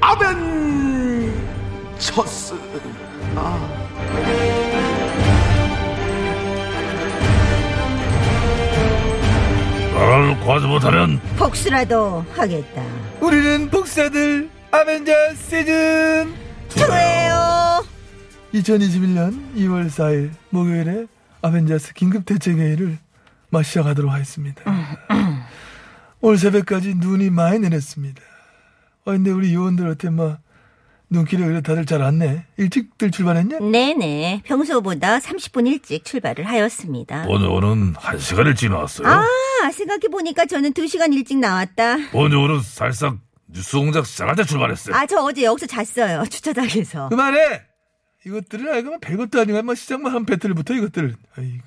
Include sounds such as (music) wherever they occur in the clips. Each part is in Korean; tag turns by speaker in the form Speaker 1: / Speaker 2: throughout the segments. Speaker 1: 아벤처스.
Speaker 2: 나라를 구하지 못하면
Speaker 3: 복수라도 하겠다.
Speaker 4: 우리는 복사들 아벤져 시즌
Speaker 3: 투에요
Speaker 4: 2021년 2월 4일 목요일에 아벤져스 긴급 대책 회의를 막 시작하도록 하겠습니다. 오늘 새벽까지 눈이 많이 내렸습니다. 아 근데 우리 요원들한테 막 눈길이 오히려 다들 잘 안네. 일찍들 출발했냐?
Speaker 3: 네네. 평소보다 30분 일찍 출발을 하였습니다.
Speaker 2: 본요원은 한 시간을 지나왔어요.
Speaker 3: 아, 생각해보니까 저는 2시간 일찍 나왔다.
Speaker 2: 본요원은 살짝 뉴스 공작 시작할 때 출발했어요.
Speaker 3: 아, 저 어제 여기서 잤어요. (laughs) 주차장에서.
Speaker 4: 그만해! 이것들은 알고면 뭐 별것도 아니고 막 시작만 한 배틀부터 이것들은. 아이고.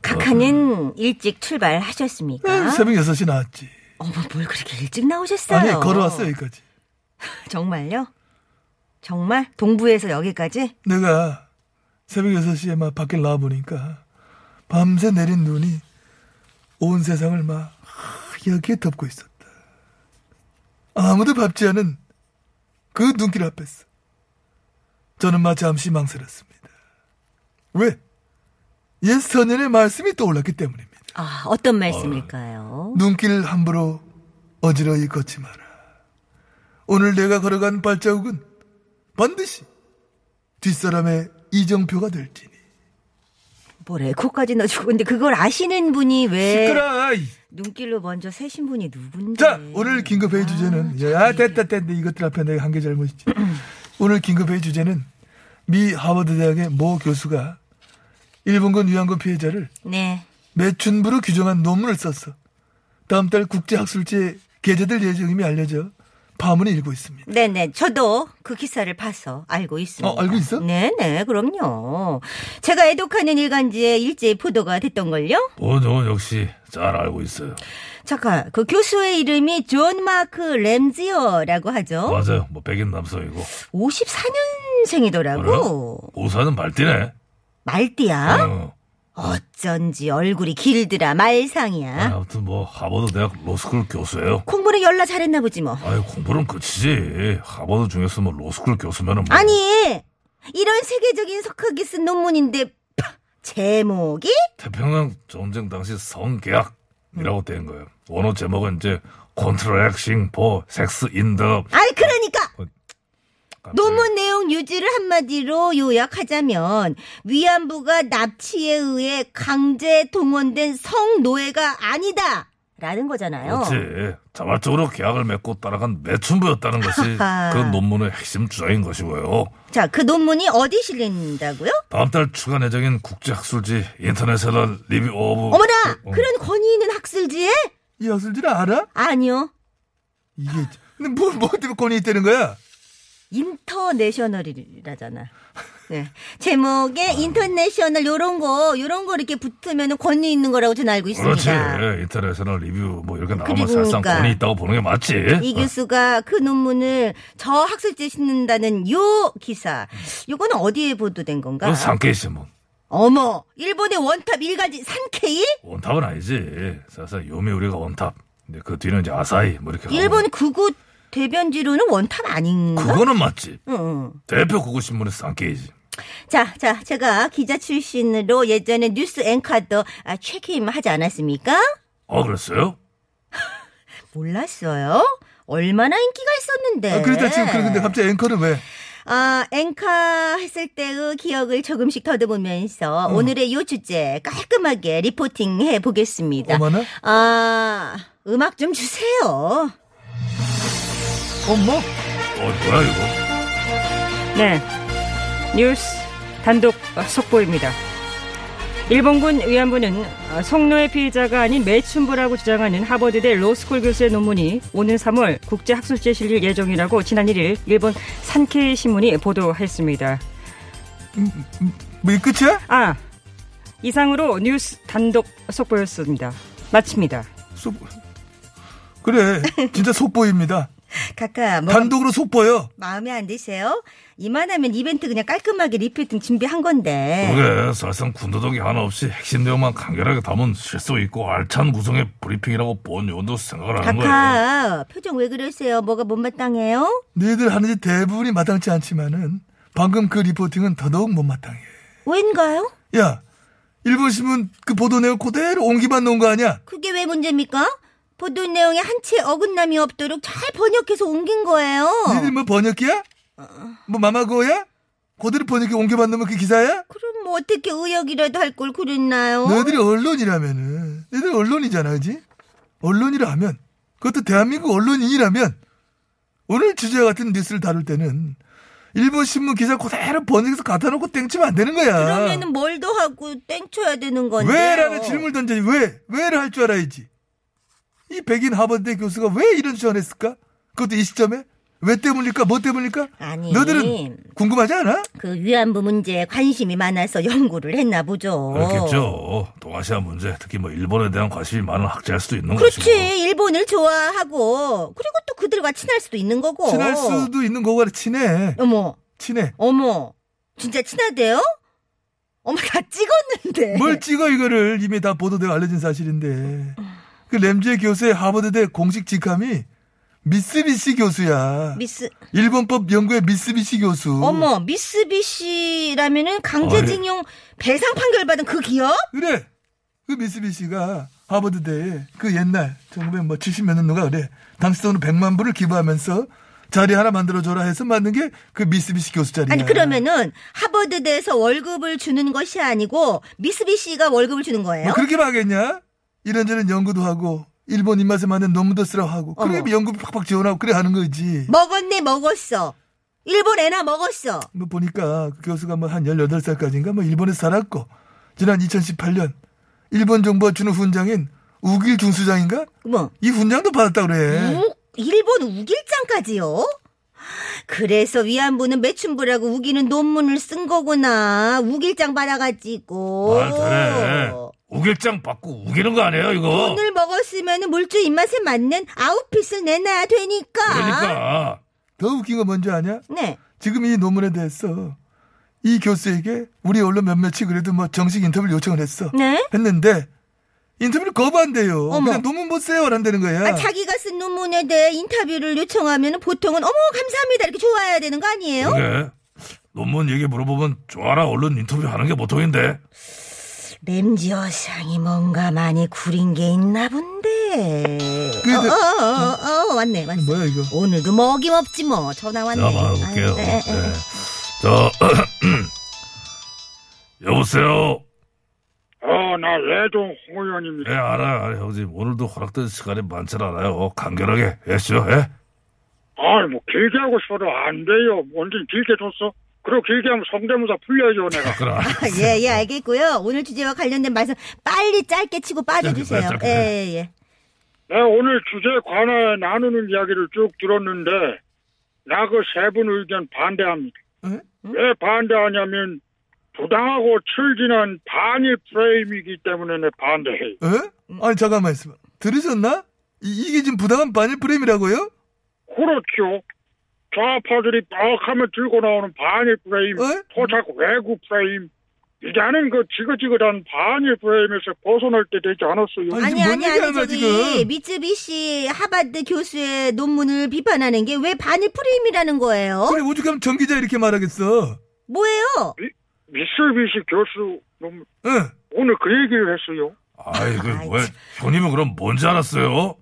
Speaker 3: 카카는 일찍 출발하셨습니까?
Speaker 4: 아, 새벽 6시 나왔지.
Speaker 3: 어머, 뭘 그렇게 일찍 나오셨어요?
Speaker 4: 아니, 걸어왔어, 여기까지.
Speaker 3: 정말요? 정말? 동부에서 여기까지?
Speaker 4: 내가 새벽 6시에 막 밖에 나와보니까 밤새 내린 눈이 온 세상을 막 하얗게 덮고 있었다. 아무도 밟지 않은 그 눈길 앞에서 저는 막 잠시 망설였습니다. 왜? 옛 선연의 말씀이 떠올랐기 때문입니다.
Speaker 3: 아, 어떤 말씀일까요?
Speaker 4: 눈길 함부로 어지러이 걷지 마라. 오늘 내가 걸어간 발자국은 반드시 뒷사람의 이정표가 될지니.
Speaker 3: 뭐래, 코까지 넣어주고. 근데 그걸 아시는 분이 왜
Speaker 4: 시끄러! 이.
Speaker 3: 눈길로 먼저 세신 분이 누군데?
Speaker 4: 자, 오늘 긴급회의 주제는, 야, 아, 됐다, 됐다. 이것들 앞에 내가 한 게 잘못이지. (clears throat) 오늘 긴급회의 주제는 미 하버드대학의 모 교수가 일본군 위안군 피해자를
Speaker 3: 네.
Speaker 4: 매춘부로 규정한 논문을 썼어. 다음 달 국제학술지에 게재될 예정임이 알려져 파문이 일고 있습니다.
Speaker 3: 네네. 저도 그 기사를 봐서 알고 있습니다.
Speaker 4: 어, 알고 있어?
Speaker 3: 네네. 그럼요. 제가 애독하는 일간지에 일제히 보도가 됐던걸요?
Speaker 2: 본요원 역시 잘 알고 있어요.
Speaker 3: 잠깐, 그 교수의 이름이 존 마크 램지어라고 하죠?
Speaker 2: 맞아요. 뭐 백인 남성이고
Speaker 3: 54년생이더라고.
Speaker 4: 어?
Speaker 2: 우산은 말띠네.
Speaker 3: 말띠야?
Speaker 2: 어.
Speaker 3: 어쩐지 얼굴이 길드라 말상이야.
Speaker 4: 어?
Speaker 2: 아니, 아무튼 뭐 하버드 대학 로스쿨 교수예요.
Speaker 3: 공부는 열나 잘했나 보지 뭐.
Speaker 2: 아이 공부는 끝이지. 하버드 중에서 뭐 로스쿨 교수면은 뭐
Speaker 3: 아니, 이런 세계적인 석학이 쓴 논문인데, 파, 제목이?
Speaker 2: 태평양 전쟁 당시 성계약이라고 된 거예요. 원어 제목은 이제 Contraction for Sex in the
Speaker 3: 아이, 그러니까!
Speaker 2: 깜짝이야.
Speaker 3: 논문 내용 유지를 한마디로 요약하자면 위안부가 납치에 의해 강제 동원된 성노예가 아니다. 라는 거잖아요.
Speaker 2: 그렇지. 자발적으로 계약을 맺고 따라간 매춘부였다는
Speaker 3: (laughs)
Speaker 2: 것이
Speaker 3: 하하.
Speaker 2: 그 논문의 핵심 주장인 것이고요.
Speaker 3: 자, 그 논문이 어디 실린다고요?
Speaker 2: 다음 달 추간 예정인 국제학술지 인터내셔널 리뷰 오브
Speaker 3: 어머나!
Speaker 2: 어, 어.
Speaker 3: 그런 권위 있는 학술지에?
Speaker 4: 이 학술지를 알아?
Speaker 3: 아니요.
Speaker 4: 이게 근데 뭘, 뭐 때문에 권위 있다는 거야?
Speaker 3: 인터내셔널이라잖아. 네.
Speaker 2: 아.
Speaker 3: 제목에 인터내셔널 요런 거, 요런 거 이렇게 붙으면 권위 있는 거라고 저는 알고
Speaker 2: 그렇지. 예,
Speaker 3: 있습니다.
Speaker 2: 인터내셔널 리뷰 뭐 이렇게 나오면
Speaker 3: 그리고
Speaker 2: 사실상
Speaker 3: 그러니까
Speaker 2: 권위 있다고 보는 게 맞지. 어,
Speaker 3: 이 교수가 그 논문을 저 학술지에 싣는다는 요 기사. 요거는 어디에 보도된 건가?
Speaker 4: 그
Speaker 2: 건 상케이 신문.
Speaker 3: 어머, 일본의 원탑 일간지 산케이?
Speaker 2: 원탑은 아니지. 사실 요미우리가 원탑. 이제 그 뒤는 이제 아사히 뭐 이렇게.
Speaker 3: 일본
Speaker 4: 어.
Speaker 2: 나오고.
Speaker 3: 구구 대변지로는 원탑 아닌가?
Speaker 2: 그거는 맞지.
Speaker 3: 응, 응.
Speaker 2: 대표 국어 신문은 상케이지.
Speaker 3: 자, 자, 제가 기자 출신으로 예전에 뉴스 앵커도 아, 체크임 하지 않았습니까?
Speaker 2: 아 그랬어요?
Speaker 3: 몰랐어요. 얼마나 인기가 있었는데.
Speaker 4: 아, 그러다 지금 그런데 갑자기 앵커는 왜?
Speaker 3: 아, 앵커 했을 때의 기억을 조금씩 더듬으면서
Speaker 4: 음.
Speaker 3: 오늘의 요 주제 깔끔하게 리포팅 해 보겠습니다.
Speaker 4: 어머나?
Speaker 3: 아, 음악 좀 주세요.
Speaker 4: 어머?
Speaker 2: 어 뭐야 이거?
Speaker 5: 네. 뉴스 단독 속보입니다. 일본군 위안부는 어, 성노예 피해자가 아닌 매춘부라고 주장하는 하버드대 로스쿨 교수의 논문이 오는 3월 국제학술지에 실릴 예정이라고 지난 1일 일본 산케이 신문이 보도했습니다.
Speaker 4: 뭐, 이 끝이야?
Speaker 5: 아 이상으로 뉴스 단독 속보였습니다. 마칩니다.
Speaker 4: 속... 그래, 진짜 속보입니다.
Speaker 3: 카카 뭐
Speaker 4: 단독으로 속보요.
Speaker 3: 마음에 안 드세요? 이만하면 이벤트 그냥 깔끔하게 리필팅 준비한 건데.
Speaker 2: 그게 사실상 군더더기 하나 없이 핵심 내용만 간결하게 담은 실수 있고 알찬 구성의 브리핑이라고 본 요원도 생각을 하는 거예요.
Speaker 3: 카카 표정 왜 그러세요? 뭐가 못마땅해요?
Speaker 4: 너희들 하는 짓 대부분이 마땅치 않지만은 방금 그 리포팅은 더더욱 못마땅해.
Speaker 3: 왠가요?
Speaker 4: 야, 일본 신문 그 보도 내용 그대로 옹기만 놓은 거 아니야?
Speaker 3: 그게 왜 문제입니까? 보도 내용에 한치 어긋남이 없도록 잘 번역해서 옮긴 거예요.
Speaker 4: 니들 뭐 번역기야?
Speaker 3: 어.
Speaker 4: 뭐 마마고야? 그대로 번역기 옮겨만 놓으면 그 기사야?
Speaker 3: 그럼 뭐 어떻게 의역이라도 할 걸 그랬나요?
Speaker 4: 너희들이 언론이라면은 너희들 언론이잖아 그지? 언론이라 하면 그것도 대한민국 언론인이라면 오늘 주제와 같은 뉴스를 다룰 때는 일본 신문 기사 그대로 번역해서 갖다 놓고 땡치면 안 되는 거야
Speaker 3: 그러면은 뭘 더 하고 땡쳐야 되는 건데.
Speaker 4: 왜라는 질문을 던져니 왜? 왜를 할 줄 알아야지 이 백인 하버드대 교수가 왜 이런 주장을 했을까? 그것도 이 시점에? 왜 때문일까? 뭐 때문일까?
Speaker 3: 아니.
Speaker 4: 너들은 궁금하지 않아?
Speaker 3: 그 위안부 문제에 관심이 많아서 연구를 했나 보죠.
Speaker 2: 그렇겠죠. 동아시아 문제, 특히 뭐 일본에 대한 관심이 많은 학자일 수도 있는
Speaker 3: 그렇지
Speaker 2: 것이고.
Speaker 3: 일본을 좋아하고 그리고 또 그들과 친할 수도 있는 거고.
Speaker 4: 친할 수도 있는 거고 그래 친해
Speaker 3: 어머
Speaker 4: 친해
Speaker 3: 어머 진짜 친하대요? 어머 다 찍었는데.
Speaker 4: 뭘 찍어 이거를 이미 다 보도되고 알려진 사실인데 그 램지의 교수의 하버드대 공식 직함이 미쓰비시 교수야
Speaker 3: 미스
Speaker 4: 일본법 연구의 미쓰비시 교수
Speaker 3: 어머 미쓰비시라면은 강제징용 배상 판결 받은 그 기업?
Speaker 4: 그래 그 미쓰비시가 하버드대에 그 옛날 1970몇 년 누가 그래 당시 돈으로 100만 불을 기부하면서 자리 하나 만들어줘라 해서 만든 게 그 미쓰비시 교수 자리야
Speaker 3: 아니 그러면은 하버드대에서 월급을 주는 것이 아니고 미쓰비시가 월급을 주는 거예요?
Speaker 4: 뭐 그렇게 막겠냐 이런저런 연구도 하고 일본 입맛에 맞는 논문도 쓰라고 하고
Speaker 3: 어머.
Speaker 4: 그래 연구 팍팍 지원하고 그래 하는 거지
Speaker 3: 먹었네 먹었어. 일본 애나 먹었어.
Speaker 4: 뭐 보니까 그 교수가 뭐 한 18살까지인가 뭐 일본에서 살았고 지난 2018년 일본 정부가 주는 훈장인 우길 중수장인가
Speaker 3: 어머.
Speaker 4: 이 훈장도 받았다
Speaker 2: 네.
Speaker 4: 그래
Speaker 3: 우- 일본 우길장까지요? 그래서 위안부는 매춘부라고 우기는 논문을 쓴 거구나. 우길장 받아가지고.
Speaker 2: 말 되네. 우길장 받고 우기는 거 아니에요, 이거?
Speaker 3: 오늘 먹었으면 물주 입맛에 맞는 아웃핏을 내놔야 되니까.
Speaker 2: 그러니까.
Speaker 4: 더 웃긴 거 뭔지 아냐
Speaker 3: 네.
Speaker 4: 지금 이 논문에 대해서 이 교수에게 우리 언론 몇몇이 그래도 뭐 정식 인터뷰를 요청을 했어
Speaker 3: 네?
Speaker 4: 했는데 인터뷰를 거부한대요
Speaker 3: 어머.
Speaker 4: 그냥 논문 보세요 라는다는 거야
Speaker 2: 네.
Speaker 3: 아, 자기가 쓴 논문에 대해 인터뷰를 요청하면 보통은 어머 감사합니다 이렇게 좋아해야 되는 거 아니에요?
Speaker 2: 그게 논문 얘기 물어보면 좋아라 언론 인터뷰 하는 게 보통인데.
Speaker 3: 램지어상이 뭔가 많이 구린 게 있나 본데.
Speaker 4: 근데-
Speaker 3: 어, 어, 어, 어, 어, 왔네, 왔어.
Speaker 4: 뭐야 이거
Speaker 3: 오늘도 먹임없지 뭐 전화 왔네.
Speaker 2: 제가 말해볼게요.
Speaker 3: 아유, 에, 에, 에.
Speaker 2: 네. 저, (clears throat) 여보세요?
Speaker 6: 어, 나 외동 홍의원입니다.
Speaker 2: 예, 알아요, 알아요, 형님. 오늘도 허락된 시간이 많지 않아요. 간결하게, 예, 쇼, 예?
Speaker 6: 아이, 뭐, 길게 하고 싶어도 안 돼요. 완전 길게 줬어. 그리고 길게 하면 성대모사 풀려야죠, 내가.
Speaker 2: 그럼,
Speaker 3: 아, 예, 예, 알겠고요. 오늘 주제와 관련된 말씀 빨리 짧게 치고 빠져주세요.
Speaker 2: 짧게, 짧게.
Speaker 3: 예, 예, 예.
Speaker 6: 내가 오늘 주제에 관해 나누는 이야기를 쭉 들었는데, 나 그 세 분 의견 반대합니다.
Speaker 4: 응?
Speaker 6: 왜 반대하냐면, 부당하고 철진한 반일 프레임이기 때문에 내 반대해요.
Speaker 4: 에? 어?
Speaker 3: 음.
Speaker 4: 아니 잠깐만 있어봐. 들으셨나? 이, 게 지금 부당한 반일 프레임이라고요?
Speaker 6: 그렇죠. 좌파들이 뻑하면 들고 나오는 반일 프레임,
Speaker 3: 어?
Speaker 4: 에?
Speaker 6: 토착 외국 프레임, 이제는 그 지긋지긋한 반일 프레임에서 벗어날 때 되지 않았어요.
Speaker 4: 아니,
Speaker 3: 아니,
Speaker 4: 지금
Speaker 3: 아니,
Speaker 4: 뭔 얘기하는
Speaker 3: 아니,
Speaker 4: 거야,
Speaker 3: 저기
Speaker 4: 지금?
Speaker 3: 미쯔비시 하버드 교수의 논문을 비판하는 게 왜 반일 프레임이라는 거예요?
Speaker 4: 그래 오죽하면 전 기자 이렇게 말하겠어.
Speaker 3: 뭐예요?
Speaker 6: 미쓰비시 교수 놈,
Speaker 4: 응.
Speaker 6: 오늘 그 얘기를 했어요.
Speaker 2: 아이, 그,
Speaker 3: 아이,
Speaker 2: 뭐야. 형님은 그럼 뭔지 알았어요?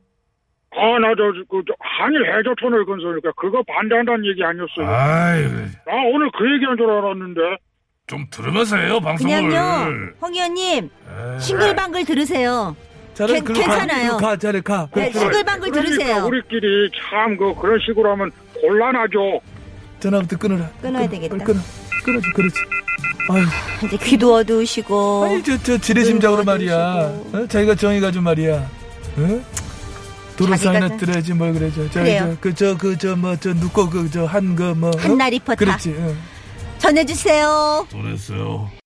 Speaker 6: 아, 나 저, 그, 저 한일 해저 터널 건설이니까 그거 반대한다는 얘기
Speaker 3: 예.
Speaker 6: 아니었어요.
Speaker 2: 아이,
Speaker 6: 나 오늘 그 얘기한 줄 알았는데.
Speaker 2: 좀 들으면서 해요, 방송을. 예,
Speaker 3: 그냥요, 홍 의원님
Speaker 2: 에이,
Speaker 3: 싱글방글 들으세요.
Speaker 4: 잘해.
Speaker 3: 괜-
Speaker 4: 글로 가,
Speaker 3: 괜찮아요.
Speaker 4: 글로 가 잘해 가.
Speaker 3: 네,
Speaker 4: 그래, 그래.
Speaker 3: 싱글방글
Speaker 6: 그러니까
Speaker 3: 들으세요.
Speaker 6: 우리끼리 참 그, 그런 식으로 하면 곤란하죠.
Speaker 4: 전화부터 끊어라.
Speaker 3: 끊어야
Speaker 4: 끊-
Speaker 3: 되겠다.
Speaker 4: 끊어. 끊어줘. 그렇지. 아유,
Speaker 3: 이제 귀도 어두우시고
Speaker 4: 아니 저 저
Speaker 3: 네,
Speaker 4: 지레심장으로 말이야. 어? 자기가 정해가지고 말이야. 어? 도로
Speaker 3: 자기가
Speaker 4: 사이나
Speaker 3: 저-
Speaker 4: 뜨래야지 뭘 그래죠.
Speaker 3: 그래요.
Speaker 4: 저그저그저뭐저 누꺼 그저 한 거 뭐. 어?
Speaker 3: 한나 리포터.
Speaker 4: 그렇지. 응.
Speaker 3: 전해주세요.
Speaker 2: 전했어요.